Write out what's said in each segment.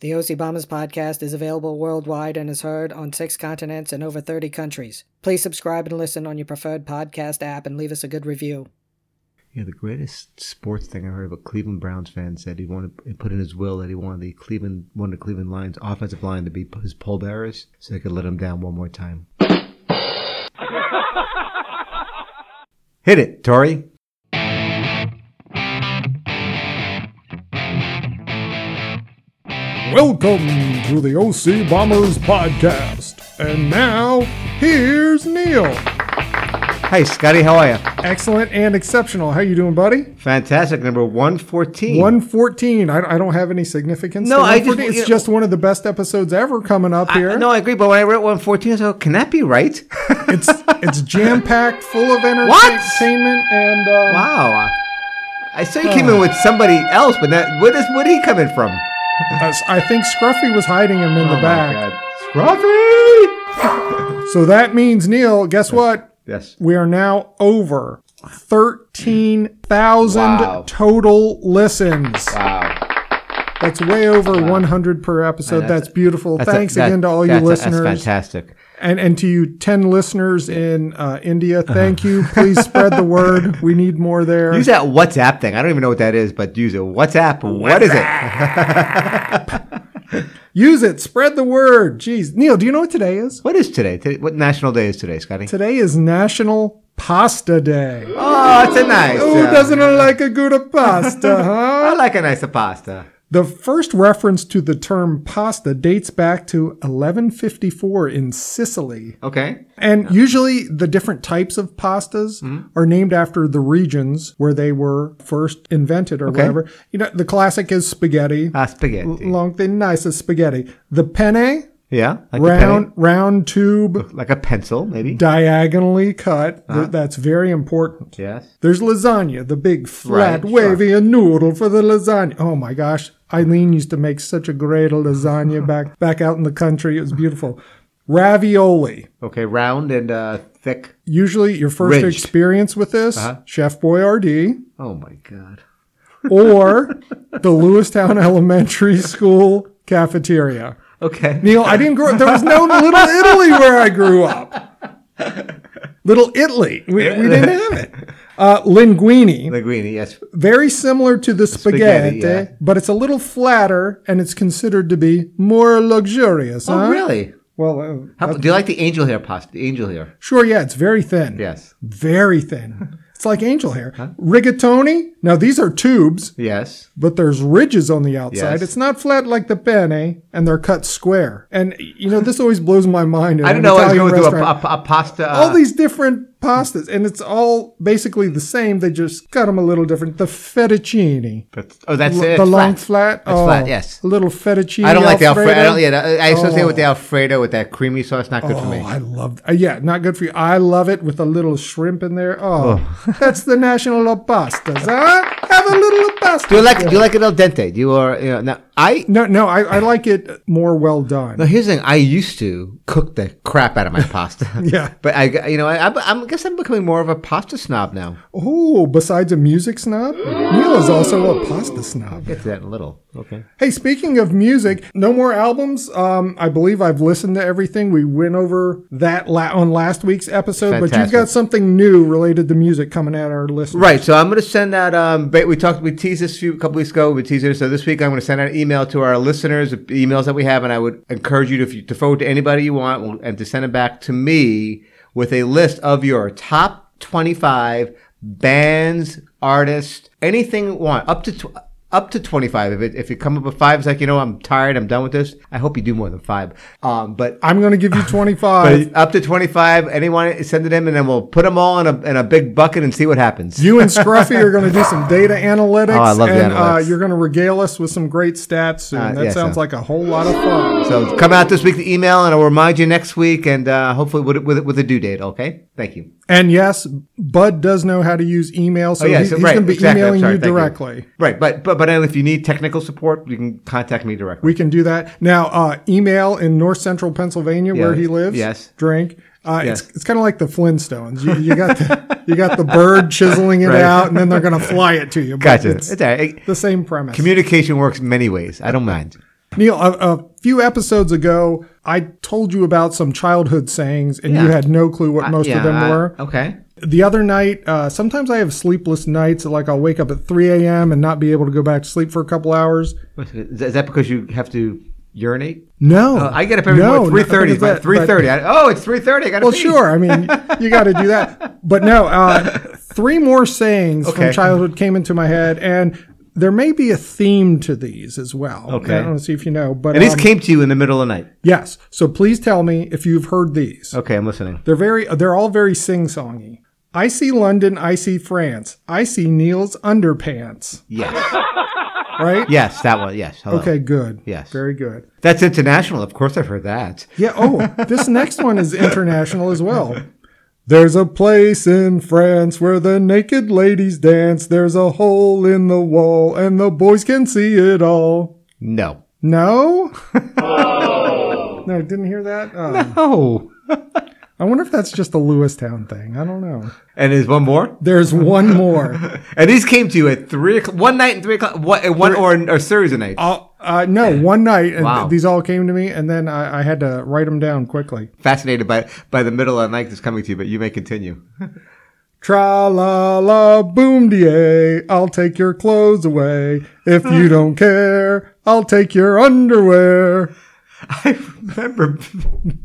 The OC Bombers podcast is available worldwide and is heard on six continents and over 30 countries. Please subscribe and listen on your preferred podcast app and leave us a good review. Yeah, the greatest sports thing I heard of a Cleveland Browns fan said he wanted he put in his will that he wanted the Cleveland one of the Cleveland Lions offensive line to be his pole bearers so they could let him down one more time. Hit it, Tori. Welcome to the OC Bombers podcast. And now, here's Neil. Hey, Scotty, how are you? Excellent and exceptional. How you doing, buddy? Fantastic. Number one fourteen. 114. I, I don't have any significance. No, to I just- 114. you It's know- just one of the best episodes ever coming up here. I, no, I agree. But when I read one fourteen, I said, "Oh, "Can that be right?" It's it's jam-packed, full of What? entertainment, and... Um, wow. I saw you came in with somebody else, but that where does where did he come in from? I I think Scruffy was hiding him in oh the back. my God, Scruffy! So that means, Neil, guess what? Yes. We are now over 13,000 Wow. total listens. Wow. That's way over 100 per episode. Man, that's- that's, beautiful. That's a- Thanks that- again to all you that's a- That's listeners. fantastic. and, and to you 10 listeners in uh, India, thank you. Please spread the word. We need more there. Uh-huh. Use that WhatsApp thing. I don't even know what that is, but use it. WhatsApp. What is it? Use it. Spread the word. Jeez. Neil, do you know what today is? What is today? Today- What national day is today, Scotty? Today is National Pasta Day. Oh, it's a nice. Who uh, doesn't like a good pasta, huh? I like a nice pasta. The first reference to the term pasta dates back to 1154 in Sicily. Okay. And usually the different types of pastas are named after the regions where they were first invented or whatever. You know, the classic is spaghetti, Ah, spaghetti. long thin nice is spaghetti. The penne, yeah. Like a round penny- round tube, like a pencil, maybe. diagonally cut. Th- that's very important. Yes. There's lasagna, the big flat Right, wavy noodle for the lasagna. Oh my gosh, Eileen used to make such a great lasagna back back out in the country. It was beautiful. Ravioli. Okay. Round and uh, thick. Usually, your first Ridged. experience with this, Chef Boyardee, Oh my God. or the Lewistown Elementary School cafeteria. Okay. Neil, I didn't grow up. There was no Little Italy where I grew up. Little Italy. We, we didn't have it. Uh, linguine. Linguini. Yes. very similar to the spaghetti, spaghetti, yeah. but it's a little flatter and it's considered to be more luxurious. Oh, huh? really? Well, uh, How, do you like the angel hair pasta? The angel hair. sure, yeah, it's very thin. Yes. Very thin. It's like angel hair. Rigatoni. Now, these are tubes, Yes. but there's ridges on the outside. Yes. It's not flat like the penne, and they're cut square. And, you know, this always blows my mind. in I don't an know. I was Italian going through a, restaurant. Oh, a, a pasta. Uh, all these different pastas, and it's all basically the same. They just cut them a little different. The fettuccine. that's- oh, that's L- it. the Flat. long flat. That's oh, flat, yes. A little fettuccine. I don't like the Alfredo. Alfredo. I, don't, yeah, that- I associate with the Alfredo with that creamy sauce. Not good for Oh, me. I love. Uh, yeah, not good for you. I love it with a little shrimp in there. Oh, that's the national of pastas, huh? Have a little of Do you pasta. like do you like it al dente? Do you are you know, now I No, no, I, I like it more well now done. here's the thing. I used to cook the crap out of my pasta. Yeah. but I you know I, I, I guess I'm becoming more of a pasta snob now. Oh, besides a music snob, Neil is also a pasta snob. Get to that in a little. Okay. Hey, speaking of music, no more albums. Um, I believe I've listened to everything. We went over that la- on last week's episode, but you've Fantastic. got something new related to music coming at our listeners. Right, so I'm going to send out. Um, ba- we talked, we teased this a few couple weeks ago. We teased it, so this week I'm going to send out an email to our listeners, emails that we have, and I would encourage you to, if you, to forward to anybody you want and to send it back to me with a list of your top 25 bands, artists, anything you want, up to tw- up to 25. If it, if you come up with five, it's like you know I'm tired, I'm done with this. I hope you do more than five. Um, but I'm going to give you 25. but up to 25, anyone send it in, and then we'll put them all in a in a big bucket and see what happens. you and Scruffy are going to do some data analytics. Oh, I love the and, Uh, analytics. you're going to regale us with some great stats soon. Uh, that yes, sounds uh, like a whole lot of fun. So come out this week, the email, and I'll remind you next week, and uh, hopefully with, with with a due date. Okay, thank you. And yes, Bud does know how to use email, so Oh, yeah, he- so- he's right, going to be exactly. I'm emailing sorry, you thank you. directly. Right, but but but if you need technical support, you can contact me directly. We can do that. Now, uh, email in north central Pennsylvania where Yeah. he lives. Yes. Drink. Uh, Yes. It's, it's kind of like the Flintstones. You, you got the you got the bird chiseling it Right. out, and then they're gonna fly it to you. but Gotcha. It's It's all right. the same premise. Communication works many ways. I don't mind. Neil, a, a few episodes ago, I told you about some childhood sayings, and you Yeah. had no clue what most of Yeah, them I- were. Okay. The other night, uh, sometimes I have sleepless nights. Like I'll wake up at 3 a.m. and not be able to go back to sleep for a couple hours. Is that- is that because you have to urinate? No, Uh, I get up every No, morning three nothing thirty. is that, but- Three thirty. Oh, it's three thirty. I got to. Well, sure. I mean, you got to do that. But no, uh, three more sayings from Okay. childhood came into my head, and there may be a theme to these as well. Okay. I don't know, see if you know, but And these um, came to you in the middle of the night. yes. So please tell me if you've heard these. Okay, I'm listening. They're very. They're all very sing-songy. I see London. I see France. I see Neil's underpants. Yes. Right. yes, that one. Yes. Hello. Okay. Good. Yes. Very good. That's international. Of course, I've heard that. Yeah. Oh, this next one is international as well. There's a place in France where the naked ladies dance. There's a hole in the wall and the boys can see it all. No. No? no, didn't hear that? Um, Oh. I wonder if that's just a Lewistown thing. I don't know. And there's one more. There's one more. And these came to you at three o'clock, one night and three o'clock, one, uh, one or or series of nights. I'll- uh, no, one night, and Wow. these all came to me, and then I, I had to write them down quickly. Fascinated by by the middle of the night that's coming to you, but you may continue. Tra la la boom da! I'll take your clothes away. If you don't care, I'll take your underwear. I remember.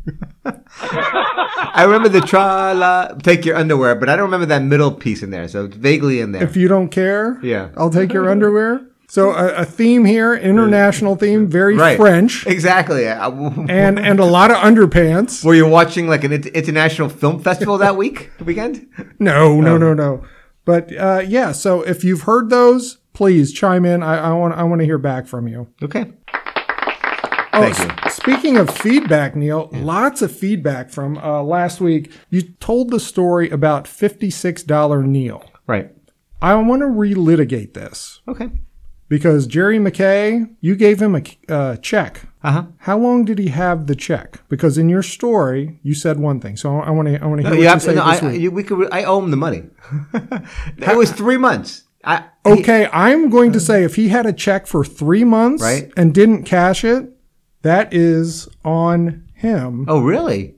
I remember the tra la take your underwear, but I don't remember that middle piece in there. So it's vaguely in there. If you don't care, Yeah. I'll take your underwear. So a, a theme here, international theme, very Right. French, exactly. I- and and a lot of underpants. were you watching like an int- international film festival that week weekend? No, Um, no, no, no. But uh, yeah, so if you've heard those, please chime in. I, I want I want to hear back from you. Okay. Oh, Thank you. s- Speaking of feedback, Neil, lots of feedback from uh, last week. You told the story about $56 Neil. Right. I want to relitigate this Okay. because Jerry McKay, you gave him a c- uh, check. Uh huh. How long did he have the check? Because in your story, you said one thing. So I want to I want to hear what Yeah, you say no, this I, week. you- we could. re- I owe him the money. it was three months. I okay, I'm going to say if he had a check for three months Uh-huh. Right. and didn't cash it, that is on him. Oh, really?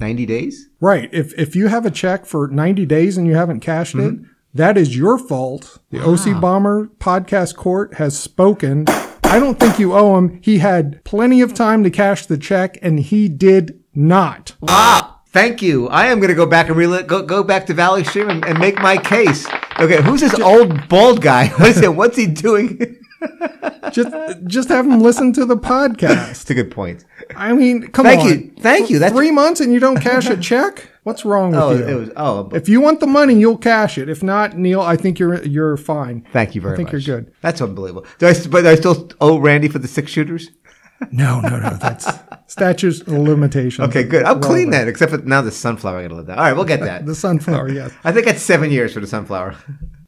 90 days? Right. If if you have a check for 90 days and you haven't cashed Mm-hmm. it, that is your fault. The OC Bomber podcast court has spoken. I don't think you owe him. He had plenty of time to cash the check and he did not. Wow. Thank you. I am going to go back and rel- go, go back to Valley Stream and, and make my case. Okay, who's this old bald guy? What is it? What's he doing? Just just have him listen to the podcast. That's a good point. I mean, come Thank on. you. Thank you. That's Three months and you don't cash a check? What's wrong with Oh, you? it was oh. but if you want the money, you'll cash it. If not, Neil, I think you're you're fine. Thank you very think much. you're good. That's unbelievable. Do I, st- but do I still owe Randy for the six shooters? No, no, no. That's statutes of limitations. Okay, good. I'm clean then, except for now the sunflower. I gotta let that. All right, we'll get that. The sunflower, yes. I think that's seven years for the sunflower.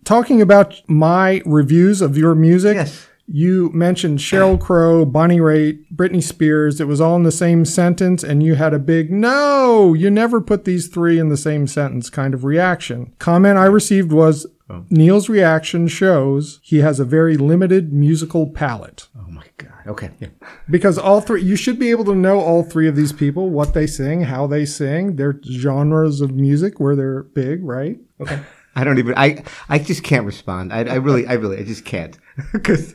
Talking about my reviews of your music, Yes. you mentioned Cheryl Crow, Bonnie Raitt, Britney Spears. It was all in the same sentence, and you had a big no, you never put these three in the same sentence kind of reaction. Comment I received was Oh. Neil's reaction shows he has a very limited musical palate. Oh my god. Okay. Yeah. Because all three, you should be able to know all three of these people, what they sing, how they sing, their genres of music, where they're big, right? I don't even. I I just can't respond. I, I really. I really. I just can't. Because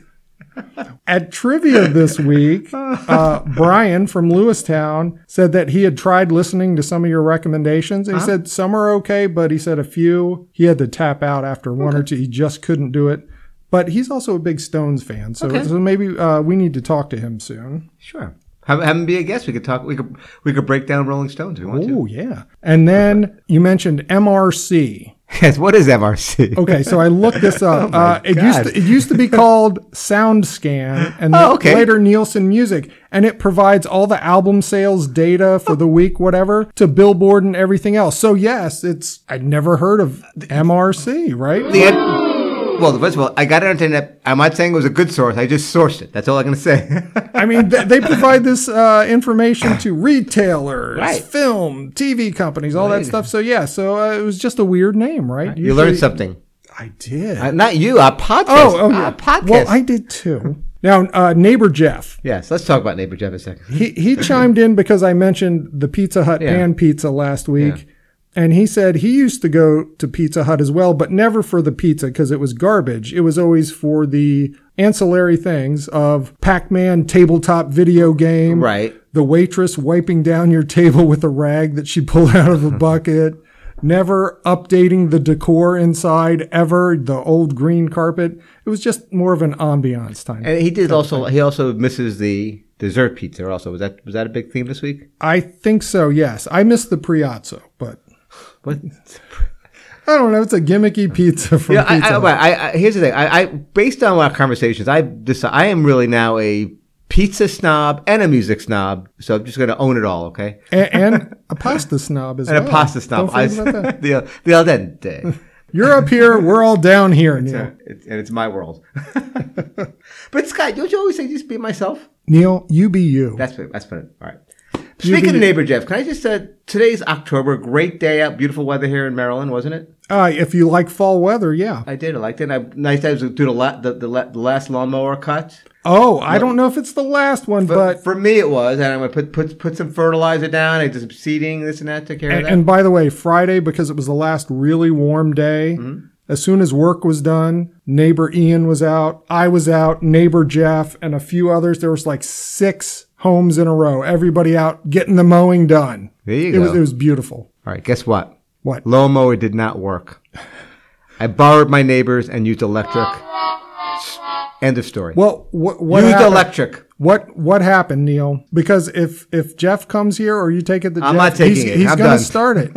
At trivia this week, uh, Brian from Lewistown said that he had tried listening to some of your recommendations. And he said some are okay, but he said a few he had to tap out after one or two. He just couldn't do it. But he's also a big Stones fan, so, so maybe uh, we need to talk to him soon. sure. Have, have him be a guest. We could talk. We could we could break down Rolling Stones if we want Oh yeah. And then you mentioned MRC. to. Yes. What is MRC? Okay, so I looked this up. uh, it used Oh God. to, it used to be called SoundScan, and Oh, then okay. later Nielsen Music, and it provides all the album sales data for the week, whatever, to Billboard and everything else. So yes, it's I'd never heard of MRC, right? The en- well, first of all, I got it on the internet. I'm not saying it was a good source. I just sourced it. That's all I'm going to say. I mean, th- they provide this uh, information to retailers, Right. film, TV companies, all that stuff. So yeah, so uh, it was just a weird name, right? you learned something. I did. Uh, not you. Our podcast. Oh, oh, yeah. Our podcast. Well, I did too. Now, uh, neighbor Jeff, Yes, let's talk about Neighbor Jeff a second. he, he chimed in because I mentioned the Pizza Hut Yeah. pan pizza last week. And he said he used to go to Pizza Hut as well, but never for the pizza because it was garbage. It was always for the ancillary things of Pac Man tabletop video game. Right. The waitress wiping down your table with a rag that she pulled out of a bucket. Never updating the decor inside ever, the old green carpet. It was just more of an ambiance time. And he did also. He also misses the dessert pizza. Also, was that was that a big theme this week? I think so, yes. I missed the Priazzo, but What? I don't know. It's a gimmicky pizza from Yeah, I, Pizza I, Hut. I, I, here's the thing. I, I based on our conversations, I decide, I am really now a pizza snob and a music snob. So I'm just going to own it all. Okay. A- and, a pasta snob as And well. a pasta Oh, Don't snob. I, forget about that. the the al dente. You're up here. We're all down here. Neil. It's- and it's my world. but Scott, don't you always say just be myself? Neil, you be you. That's what, that's what. All right. Speaking of neighbor Jeff, can I just uh, today's October, great day out, beautiful weather here in Maryland, wasn't it? Uh, if you like fall weather, yeah. I did. I liked it. I nice times to do the, la- the, the, la- the last lawnmower cut. Oh, I don't know if it's the last one, But but. for me, it was, and I'm gonna put put put some fertilizer down. I did some seeding, this and that, took care And, of that. and by the way, Friday, because it was the last really warm day, Mm-hmm. as soon as work was done, neighbor Ian was out, I was out, neighbor Jeff, and a few others. There was like six homes in a row, everybody out getting the mowing done. there you It was, it was beautiful. All right, guess what? What? Lawnmower did not work. I borrowed my neighbors and used electric. End of story. Well, what what used happened, electric. what what happened, Neil? Because if if Jeff comes here or you take it, to I'm Jeff, not taking he's, it. He's I'm gonna done. start it.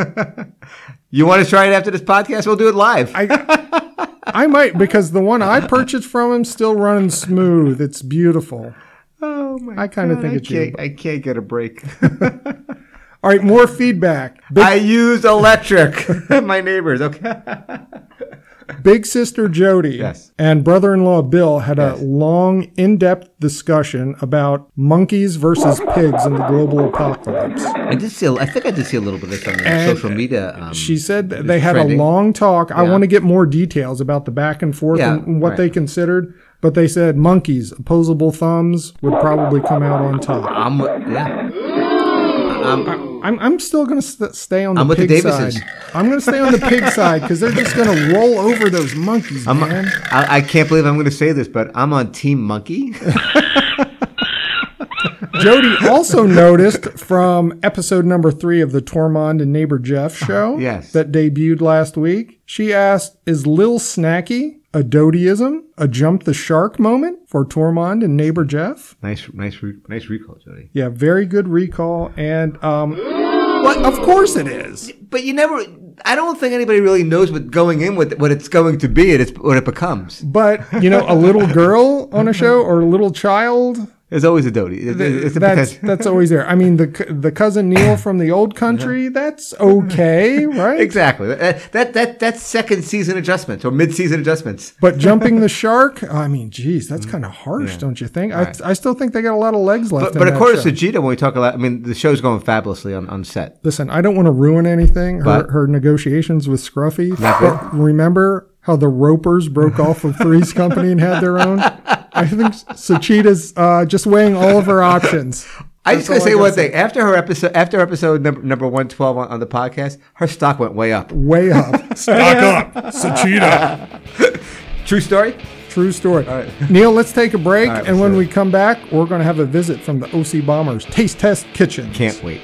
You want to try it after this podcast? We'll do it live. I might because the one I purchased from him still running smooth. It's beautiful. oh my! I kind of God, think I it's you. can't, I can't get a break. All right, more feedback. Big, I used electric. my neighbors. Okay. big sister Jody Yes. and brother-in-law Bill had Yes. a long, in-depth discussion about monkeys versus pigs in the global apocalypse. I did see. A, I think I did see a little bit of this on the And social media. Um, She said that they had trending. a long talk. I Yeah. want to get more details about the back and forth Yeah, and, and what right. they considered, but they said monkeys, opposable thumbs, would probably come out on top. I'm. with- Yeah. Um, I'm, I'm still going to st- stay on the I'm with the pig Davises. side. I'm going to stay on the pig side because they're just going to roll over those monkeys, I'm, man. I, I can't believe I'm going to say this, but I'm on Team Monkey. Jody also noticed from episode number three of the Tormund and Neighbor Jeff show Yes. that debuted last week. She asked, Is Lil Snacky a Dodyism, a jump the shark moment for Tormund and Neighbor Jeff? nice, nice, re- nice recall, Jody. Yeah, very good recall. And, um, what? Of course it is. But you never. I don't think anybody really knows what going in with what it's going to be and it's what it becomes. But, you know, a little girl on a show or a little child, There's always a Dodie. It's, it's a that's, potential. that's always there. I mean, the, c- the cousin Neil from the old country, that's okay, right? Exactly. That, that that that's second season adjustments or mid season adjustments. But jumping the shark, I mean, geez, Mm. that's kind of harsh, don't you think? I, I still think they got a lot of legs left. But, in but that according show. to Gita, when we talk a lot, I mean the show's going fabulously on, on set. listen, I don't want to ruin anything. Her, But- her negotiations with Scruffy. Not But remember how the Ropers broke off of Three's Company and had their own? I think Sachita's uh, just weighing all of her options. I just That's gotta say all I one gotta thing. After her episode, after episode number number one twelve on, on the podcast, her stock went way up. Way up. Stock up. Sachita. True story. True story. Neil, let's take a break. right, and let's when do we come back, we're going to have a visit from the OC Bombers Taste Test Kitchen. Can't wait.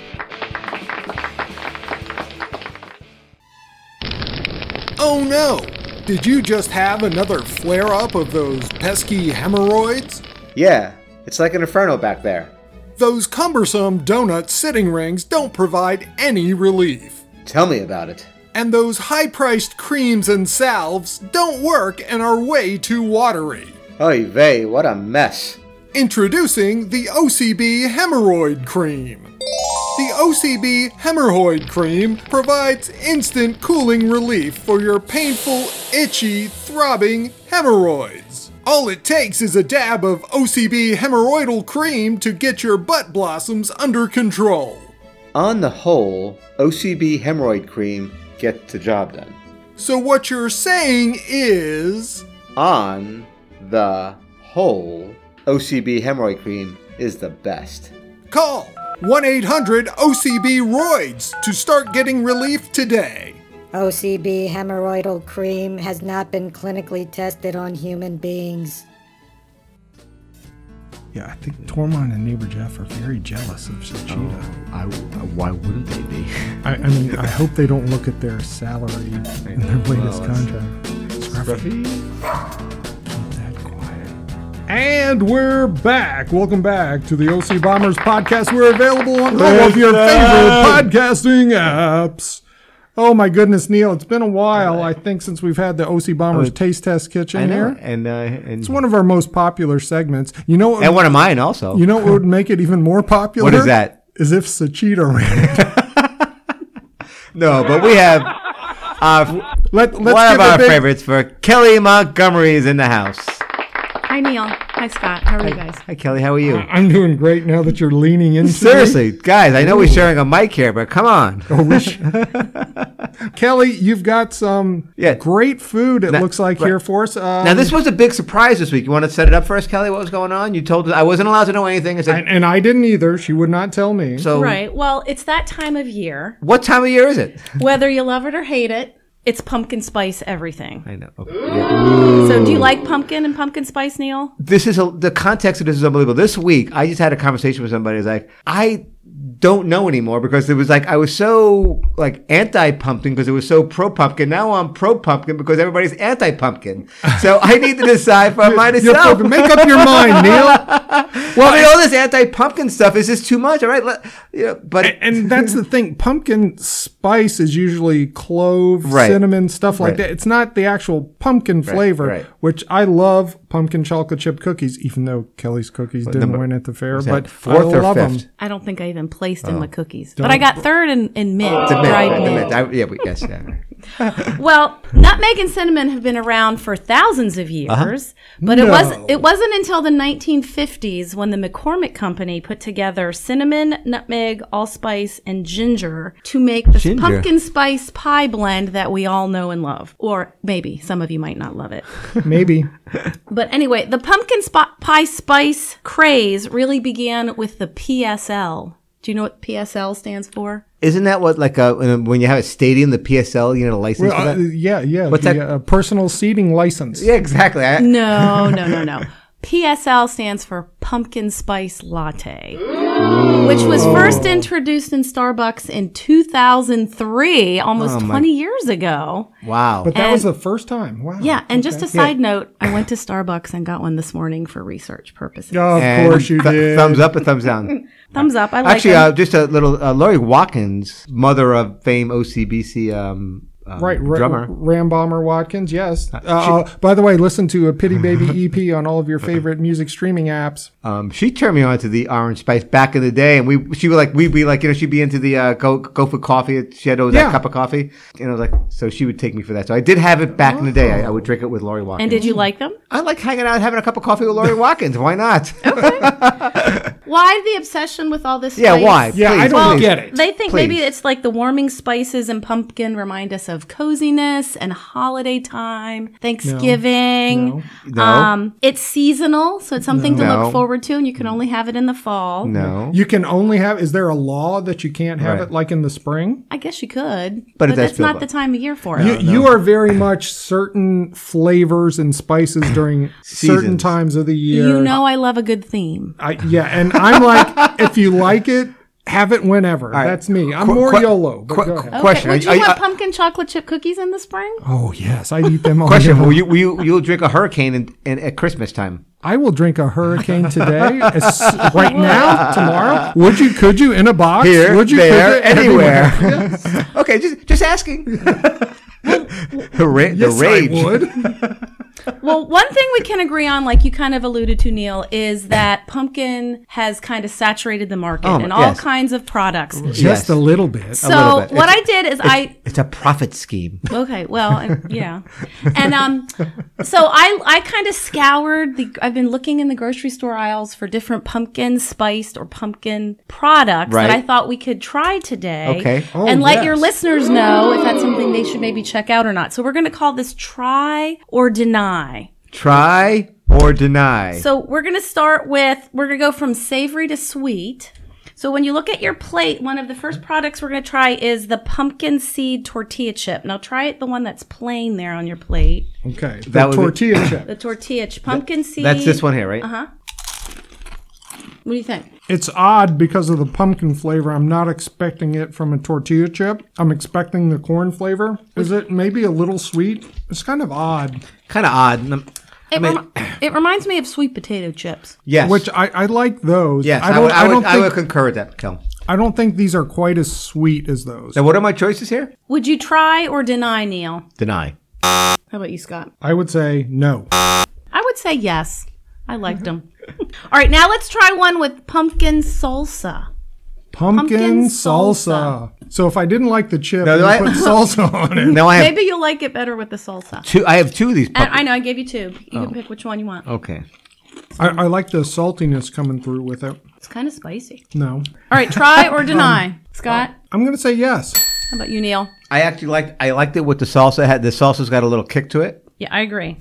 Oh no! Did you just have another flare up of those pesky hemorrhoids? Yeah, it's like an inferno back there. Those cumbersome donut sitting rings don't provide any relief. Tell me about it. And those high priced creams and salves don't work and are way too watery. Oy vey, what a mess. Introducing the OCB Hemorrhoid Cream. The OCB Hemorrhoid Cream provides instant cooling relief for your painful, itchy, throbbing hemorrhoids. All it takes is a dab of OCB Hemorrhoidal Cream to get your butt blossoms under control. On the whole, OCB hemorrhoid cream gets the job done. So, what you're saying is. On the whole, OCB hemorrhoid cream is the best. Call 1 800 OCB Roids to start getting relief today. OCB hemorrhoidal cream has not been clinically tested on human beings. Yeah, I think Tormund and neighbor Jeff are very jealous of Sachita. I, why wouldn't they be? I, I mean, I hope they don't look at their salary in their latest Well, it's- contract. Scruffy, keep that quiet. And we're back. Welcome back to the OC Bombers podcast. We're available on all of your favorite podcasting apps. Oh my goodness, Neil! It's been a while. I think since we've had the OC Bombers taste test kitchen Uh, I know. here. And, uh, and, It's one of our most popular segments. You know, what, and one of mine also. you know what would make it even more popular? What is that? Is if Sachita ran it. no, but we have our, Let, let's one give of a our big- favorites for Kelly Montgomery is in the house. Hi, Neil. Hi, Scott. How are you guys? Hi, Kelly. How are you? I'm doing great now that you're leaning into me. Seriously, guys, I know we're sharing a mic here, but come on. I wish- Kelly, you've got some Yeah. great food. It Now- looks like right. here for us. Um, Now, this was a big surprise this week. You want to set it up for us, Kelly? What was going on? You told us I wasn't allowed to know anything. I Um, and, said, and I didn't either. She would not tell me. so Right. Well, it's that time of year. what time of year is it? Whether you love it or hate it, it's pumpkin spice everything. I know. So, do you like pumpkin and pumpkin spice, Neil? This is a, the context of this is unbelievable. This week, I just had a conversation with somebody. It's like I don't know anymore because it was like I was so like anti pumpkin because it was so pro pumpkin. Now I'm pro pumpkin because everybody's anti pumpkin. So I need to decide for You're myself. fucking- make up your mind, Neil. Well, I mean, all this anti pumpkin stuff is just too much. All right, Let, you know, but And that's the thing. Pumpkin spice is usually clove, Right. cinnamon, stuff like Right. that. It's not the actual pumpkin flavor, right. which I love pumpkin chocolate chip cookies, even though Kelly's cookies didn't number- win at the fair. that But I fourth or love 'em. fifth? I don't think I even placed in the cookies, but I got third in, in mint, Oh. the mint, dried right, the mint. mint. I, yeah, we, yes, yeah. Well, nutmeg and cinnamon have been around for thousands of years, but it wasn't it wasn't until the 1950s when the McCormick Company put together cinnamon, nutmeg, allspice, and ginger to make this Ginger. pumpkin spice pie blend that we all know and love. Or maybe some of you might not love it. Maybe. But anyway, the pumpkin spi- pie spice craze really began with the PSL. Do you know what PSL stands for? Isn't that what like uh when you have a stadium, the PSL, you know, the license Well, uh, for that? yeah, yeah. What's the, that- Uh, personal seating license. Yeah, exactly. I, No, no, no, no. PSL stands for pumpkin spice latte, which was Oh. first introduced in Starbucks in 2003, almost 20 years ago. Wow. But that was the And- first time. Wow. Oh, Yeah, and just a side note, I went to Starbucks and got one this morning for research purposes. Oh, of And course you th- did. Thumbs up or thumbs down. Thumbs up. I like Actually, uh, them. just a little. Uh, Lori Watkins, mother of fame OCBC um, um, Right, Ra- drummer. Rambomber Watkins. Yes. Uh, uh, by the way, listen to a Pity Baby EP on all of your favorite music streaming apps. Um, she turned me on to the orange spice back in the day, and we she would like we'd be like you know she'd be into the uh, go go for coffee. She had always Yeah. that cup of coffee, and I was like so she would take me for that. So I did have it back in the day. Oh. I, I would drink it with Lori Watkins. and did you like them? I like hanging out, having a cup of coffee with Lori Watkins. Why not? Why the obsession with all this? yeah, spice? why? Yeah, I don't please. get it. They think maybe Please. it's like the warming spices and pumpkin remind us of coziness and holiday time, Thanksgiving. No. Um, it's seasonal, so it's something to No. look forward to, and you can only have it in the fall. No. You can only have. Is there a law that you can't have Right. it like in the spring? I guess you could, But but, it does that's feel not like- the time of year for it. You, you are very much certain flavors and spices during certain Seasons. times of the year. You know, I love a good theme. I, yeah, and I'm like, if you like it, have it whenever. That's me. I'm more que- YOLO. But que- go ahead. Okay, Question, Would are you you- want are- pumpkin chocolate chip cookies in the spring? Oh yes, I eat them all. Question: year Will you will you you'll drink a hurricane in, in, at Christmas time? I will drink a hurricane today, as, right now, tomorrow. Would you? Could you in a box? Here, Would you? could there, you, anywhere. okay, just just asking. the ra- Yes, the rage. I would. Well, one thing we can agree on, like you kind of alluded to, Neil, is that pumpkin has kind of saturated the market Oh, in all yes. kinds of products. Just a little bit. little So bit. what I did is I It's a profit scheme. okay well I- yeah and um so I I kind of scoured the I've been looking in the grocery store aisles for different pumpkin spiced or pumpkin products Right. that I thought we could try today Okay. Oh, and let yes. your listeners know if that's something they should maybe check out or not so we're gonna call this try or deny Try or deny. So we're going to start with, we're going to go from savory to sweet. So when you look at your plate, one of the first products we're going to try is the pumpkin seed tortilla chip. Now try it, the one that's plain there on your plate. Okay. The That would be- tortilla chip. The tortilla chip, pumpkin seed. That's this one here, right? Uh-huh. What do you think? It's odd because of the pumpkin flavor. I'm not expecting it from a tortilla chip. I'm expecting the corn flavor. Is it maybe a little sweet? It's kind of odd, Kind of odd. Num- It, mean- remi- it reminds me of sweet potato chips. Yes. which I, I like those. yes, I I, don't, would, I, I would, don't I would think, concur with that, Kel. I don't think these are quite as sweet as those. Now, what are my choices here? Would you try or deny, Neil? Deny. How about you, Scott? I would say no. I would say yes. I liked them. Mm-hmm. All right, now let's try one with pumpkin salsa. Pumpkin, Pumpkin salsa. So if I didn't like the chip, No, no, I I- put salsa on it. Now I have Maybe you'll like it better with the salsa. two. I have two of these. And Pumpkin. I know I gave you two. You can pick which one you want. okay. I, I like the saltiness coming through with it. It's kind of spicy. No. All right, try or deny. Scott, I'm going to say yes. how about you, Neil? I actually liked. I liked it with the salsa. Had the salsa's got a little kick to it. Yeah, I agree.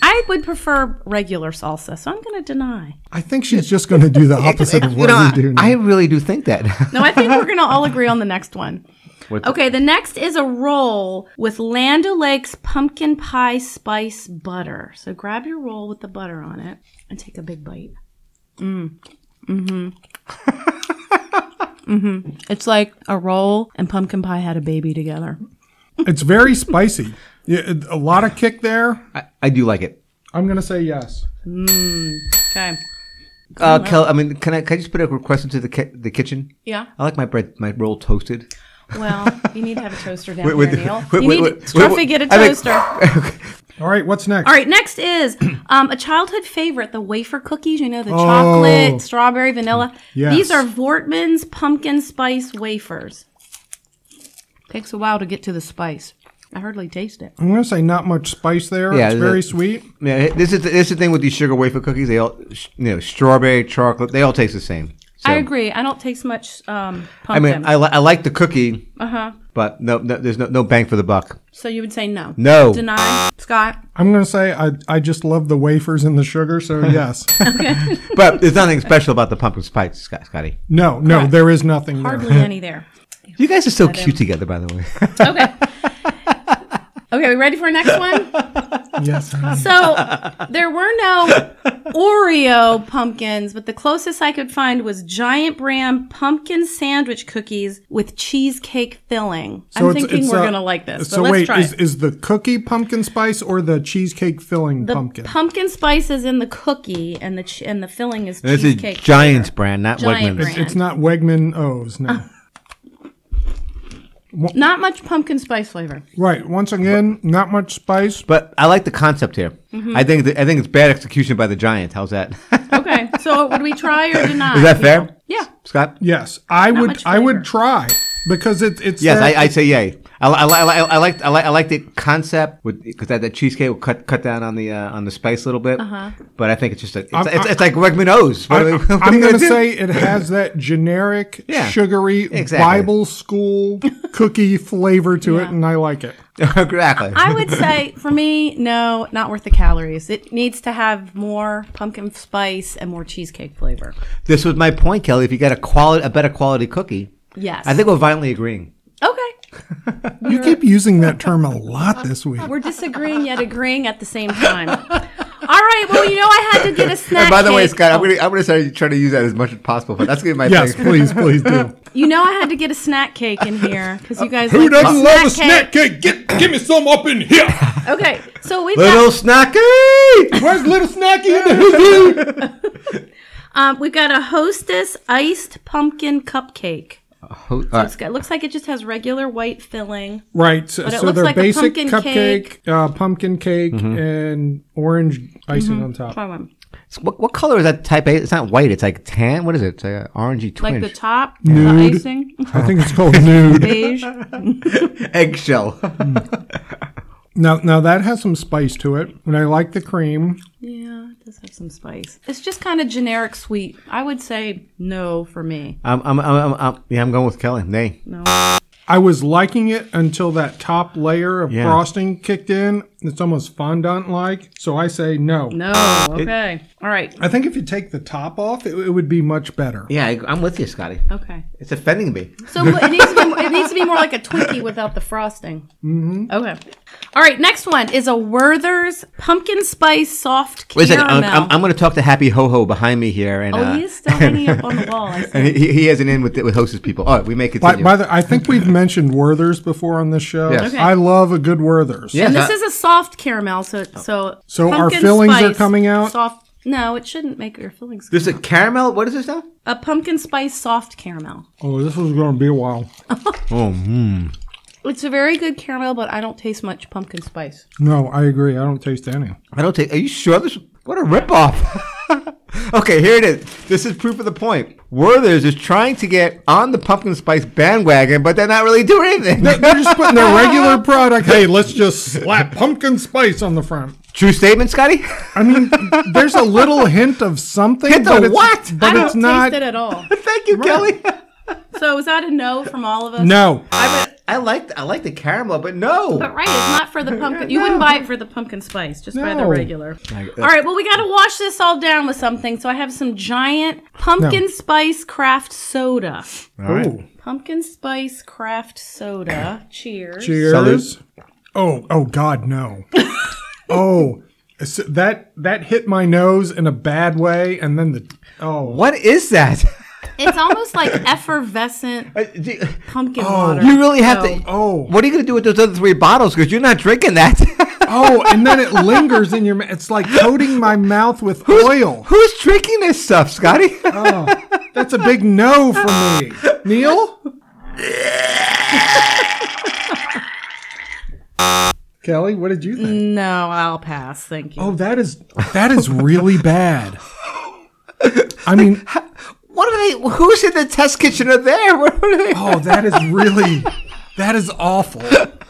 I would prefer regular salsa, so I'm going to deny. I think she's just going to do the opposite of You what know, we do. Now. I really do think that. No, I think we're going to all agree on the next one. What- Okay, the next is a roll with Land O'Lakes pumpkin pie spice butter. So grab your roll with the butter on it and take a big bite. Mm. Mm-hmm. mm-hmm. It's like a roll and pumpkin pie had a baby together. It's very spicy. Yeah, it- a lot of kick there. I, I do like it. I'm going to say yes. Okay. Uh, Kel, I mean, can I, can I just put a request into the ki- the kitchen? Yeah. I like my bread, my roll toasted. Well, you need to have a toaster down Wait, wait, here, Neil. wait, you wait, need wait, to, Struffy, wait, get a I mean- toaster. All right, what's next? All right, next is um, a childhood favorite, the wafer cookies. You Oh. know, the chocolate, strawberry, vanilla. Yes. These are Vortman's pumpkin spice wafers. Takes a while to get to the spice. I hardly taste it. I'm going to say not much spice there. Yeah, it's the- very sweet. Yeah, this is the, this is the thing with these sugar wafer cookies. They all, sh- you know, strawberry, chocolate. They all taste the same. So, I agree. I don't taste much um, I pumpkin. mean, I, li- I like the cookie, uh-huh. but no, no, there's no, no bang for the buck. so you would say no. No. Deny, Scott. I'm going to say I, I just love the wafers and the sugar, so yes. But there's nothing special about the pumpkin spice, Scott, Scotty. no, no, there is nothing there. Hardly any there. You guys are so cute together, by the way. Okay. Okay, we ready for our next one? Yes. So there were no Oreo pumpkins, but the closest I could find was Giant Brand pumpkin sandwich cookies with cheesecake filling. So I'm it's- thinking it's we're a- gonna like this. So but let's wait, try is, it. is the cookie pumpkin spice or the cheesecake filling the pumpkin? pumpkin. spice is in the cookie, and the ch- and the filling is This is cheesecake. Giants brand, not Giant Wegmans. brand. it's not Wegman O's, Oh. no. Not much pumpkin spice flavor. right. Once again, not much spice. But I like the concept here. I think that, I think it's bad execution by the Giants. How's that? Mm-hmm. Okay, so would we try or deny? Is that fair? Yeah. Scott? Yes, I would. much I flavor. would try because it, it's. Yes, that- I, I say yay. I, li- I, li- I, li- I like I like I like the concept with because that, that cheesecake will cut cut down on the uh, on the spice a little bit. Uh-huh. But I think it's just a, it's, it's, it's like Wegman O's. What are we- what are I'm you going to do? say it has that generic, Yeah, sugary exactly. Bible school cookie flavor to it, and I like it. exactly. I would say for me, no, not worth the calories. It needs to have more pumpkin spice and more cheesecake flavor. this was my point, Kelly. If you got a quality a better quality cookie, Yes. I think we're violently agreeing. Okay. You keep using that term a lot this week. We're disagreeing yet agreeing at the same time. All right. Well, you know, I had to get a snack. And by the way, cake. Scott, I'm Oh, gonna I'm gonna start trying to use that as much as possible. But that's gonna be my Yes, thing. please, please do. you know, I had to get a snack cake in here because you guys. Who like the doesn't love a snack cake? Get, give me some up in here. Okay, so we've Little got snacky. Where's little snacky? um, we've got a Hostess iced pumpkin cupcake. All right. It's got- It looks like it just has regular white filling. Right. So, But it so looks they're like a basic pumpkin cupcake, uh, pumpkin cake, Mm-hmm. and orange icing Mm-hmm. on top. Try one. What, what color is that type A? It's not white. It's like tan. What is it? It's like an orangey Like twinge. the top, Nude. the icing, I think it's called nude. beige. Eggshell. Now, now that has some spice to it, and I like the cream. Yeah, it does have some spice. It's just kind of generic sweet. I would say no for me. I'm, I'm, I'm, I'm, I'm, yeah, I'm going with Kelly. Nay. I was liking it until that top layer of Yeah. frosting kicked in, It's almost fondant like. So I say no. No. Okay. All right. I think if you take the top off, it, it would be much better. Yeah, I, I'm with you, Scotty. Okay. It's offending me. So it needs to be, it needs to be more like a Twinkie without the frosting. Mm-hmm. Okay. All right. Next one is a Werther's pumpkin spice soft Wait a caramel. second. I'm, I'm, I'm going to talk to Happy Ho Ho behind me here, and oh, uh, he is still hanging up on the wall. I see. and he, he has an in with with hostess people. All right, we may By, continue. by the, I think we've mentioned Werther's before on this show. Yes. Okay. I love a good Werther's. Yes, And this I- is a soft caramel, so so So our pumpkin fillings are spice, coming out? Soft. No, it shouldn't make your fillings. There's a caramel. What is this now? a pumpkin spice soft caramel. Oh, this is going to be a while. It's a very good caramel, but I don't taste much pumpkin spice. No, I agree. I don't taste any. I don't take. Are you sure this? What a ripoff! okay, here it is. This is proof of the point. Werther's is trying to get on the pumpkin spice bandwagon, but they're not really doing anything. They're just putting their regular product. Hey, let's just slap pumpkin spice on the front. True statement, Scotty. I mean, there's a little hint of something. Hint of but it's, what? But I don't it's not. taste it at all. Thank you, Kelly. So is that a no from all of us? No. I mean, I like I like the caramel, but no. But right, it's not for the pumpkin. You wouldn't buy it for the pumpkin spice, just buy the No. regular. All right, well, we got to wash this all down with something. So I have some giant pumpkin spice craft soda. Ooh. Pumpkin spice craft soda. Cheers. Cheers. Oh, oh God, no. oh, so that that hit my nose in a bad way, and then the oh, What is that? It's almost like effervescent Uh, do- pumpkin water. You really have So- to. oh, What are you going to do with those other three bottles? Because you're not drinking that. oh, and then it lingers in your. mouth. It's like coating my mouth with oil. Who's drinking this stuff, Scotty? That's a big no for me, Neil. Kelly, what did you Mm. think? No, I'll pass. Thank you. Oh, that is that is really bad. I mean, What are they? Who's in the test kitchen? Are there? What are they? oh, that is really that is awful.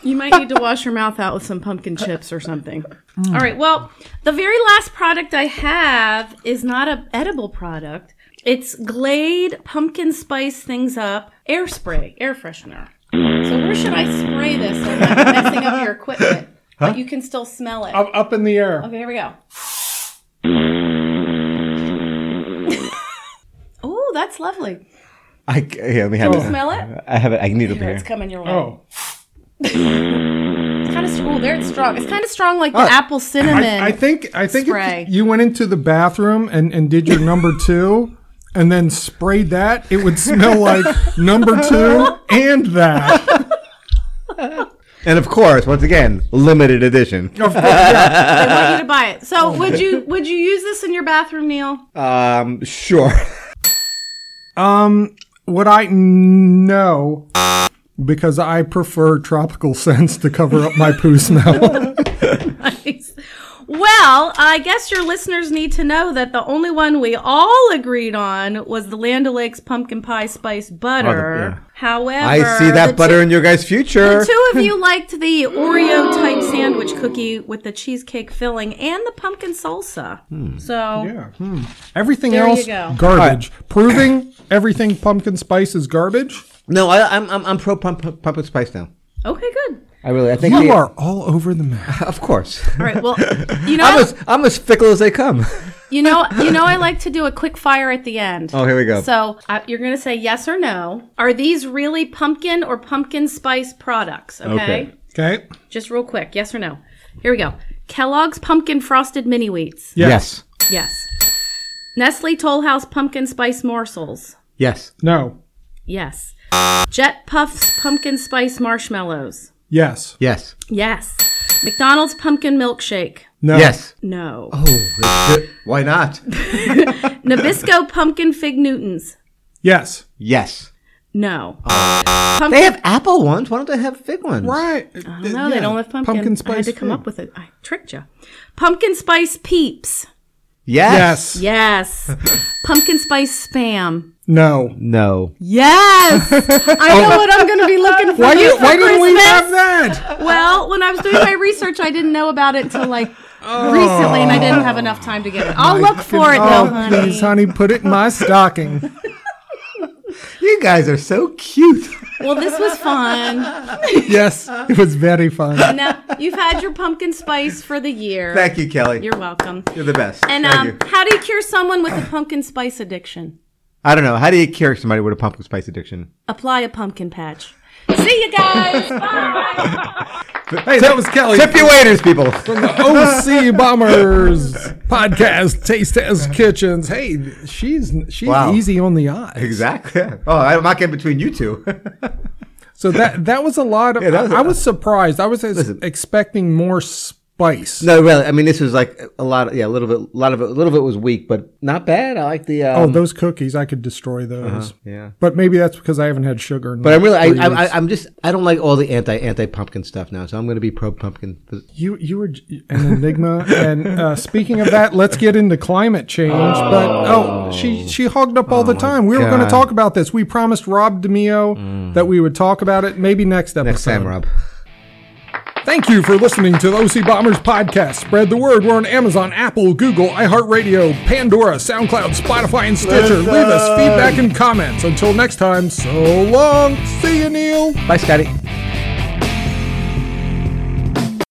You might need to wash your mouth out with some pumpkin chips or something. Mm. All right. Well, the very last product I have is not a edible product. It's Glade pumpkin spice things up air spray, air freshener. So where should I spray this so I'm not messing up your equipment? But you can still smell it. Up, up in the air. Okay, here we go. oh, that's lovely. I here, let me have Can you it. smell it? I have it. I need it over Here, Oh. here. it's coming your way. Oh, It's kind of strong. There, it's strong. It's kind of strong, like the apple cinnamon. Oh. I, I think I think if Spray. you went into the bathroom and and did your number two. And then sprayed that, it would smell like number two and that. And of course, once again, limited edition. I want you to buy it. So would you would you use this in your bathroom, Neil? Um, sure. Um, would I no? Because I prefer tropical scents to cover up my poo smell. Well, I guess your listeners need to know that the only one we all agreed on was the Land O'Lakes pumpkin pie spice butter. However, Oh, I see that the butter two- in your guys' future. the two of you liked the Oreo type sandwich cookie with the cheesecake filling and the pumpkin salsa. So yeah. hmm. Everything There you else go. garbage. Proving everything pumpkin spice is garbage. No, I, I'm I'm, I'm pro pump, pumpkin spice now. okay, good. I really, I think You they- are all over the map. Of course, All right. Well, you know, I'm as I'm as fickle as they come. You know, you know, I like to do a quick fire at the end. Oh, here we go. So uh, you're gonna say yes or no. Are these really pumpkin or pumpkin spice products? Okay? Okay. Okay. Just real quick, yes or no. Here we go. Kellogg's pumpkin frosted mini wheats. Yes, Yes. Nestle Toll House pumpkin spice morsels. yes, No. Yes. Jet Puffs pumpkin spice marshmallows. Yes. yes, Yes. McDonald's pumpkin milkshake. No. yes. No. Oh, why not? Nabisco pumpkin fig Newtons. Yes. Yes. No. Pumpkin- They have apple ones. Why don't they have fig ones? Right. No, they don't have pumpkin. Pumpkin I had spice to come fig. up with it. I tricked you. Pumpkin spice peeps. Yes. Yes. Yes. pumpkin spice spam. No. No. Yes. I know what I'm going to be looking for. Why, you Oh, do, for why didn't we Christmas. have that? Well, when I was doing my research, I didn't know about it until like recently, and I didn't have enough time to get it. I'll look for it though, Oh, honey. please, honey, put it in my stocking. You guys are so cute. Well, this was fun. Yes, it was very fun. Now you've had your pumpkin spice for the year. Thank you, Kelly. You're, You're welcome. the best. And Thank um, you. how do you cure someone with a pumpkin spice addiction? I don't know. How do you cure somebody with a pumpkin spice addiction? Apply a pumpkin patch. See you guys. Bye. Hey, that was Kelly. Tip your waiters, people. OC Bombers podcast, Taste Test Kitchens. Hey, she's she's Wow. easy on the eye. exactly. Oh, I'm not getting between you two. So that that was a lot of. Yeah, that was a I lot. was surprised. I was ex- Listen. expecting more spice. no, really. I mean, this was like a lot. Of, yeah, a little bit. A lot of it. A little bit was weak, but not bad. I like the. Oh, Um, Uh-huh, those cookies! I could destroy those. yeah. But maybe that's because I haven't had sugar. In But I'm really, three I, I, years. I, I'm just, I don't like all the anti anti pumpkin stuff now. So I'm going to be pro pumpkin. you you were j- an enigma. and uh, speaking of that, let's get into climate change. But oh, she she hogged up all the time. We were going to Oh God. Mm. talk about this. We promised Rob Demio that we would talk about it. Maybe next episode. Next time, Rob. Thank you for listening to the OC Bombers podcast. Spread the word. We're on Amazon, Apple, Google, iHeartRadio, Pandora, SoundCloud, Spotify, and Stitcher. Leave us feedback and comments. Until next time, so long. See you, Neil. Bye, Scotty.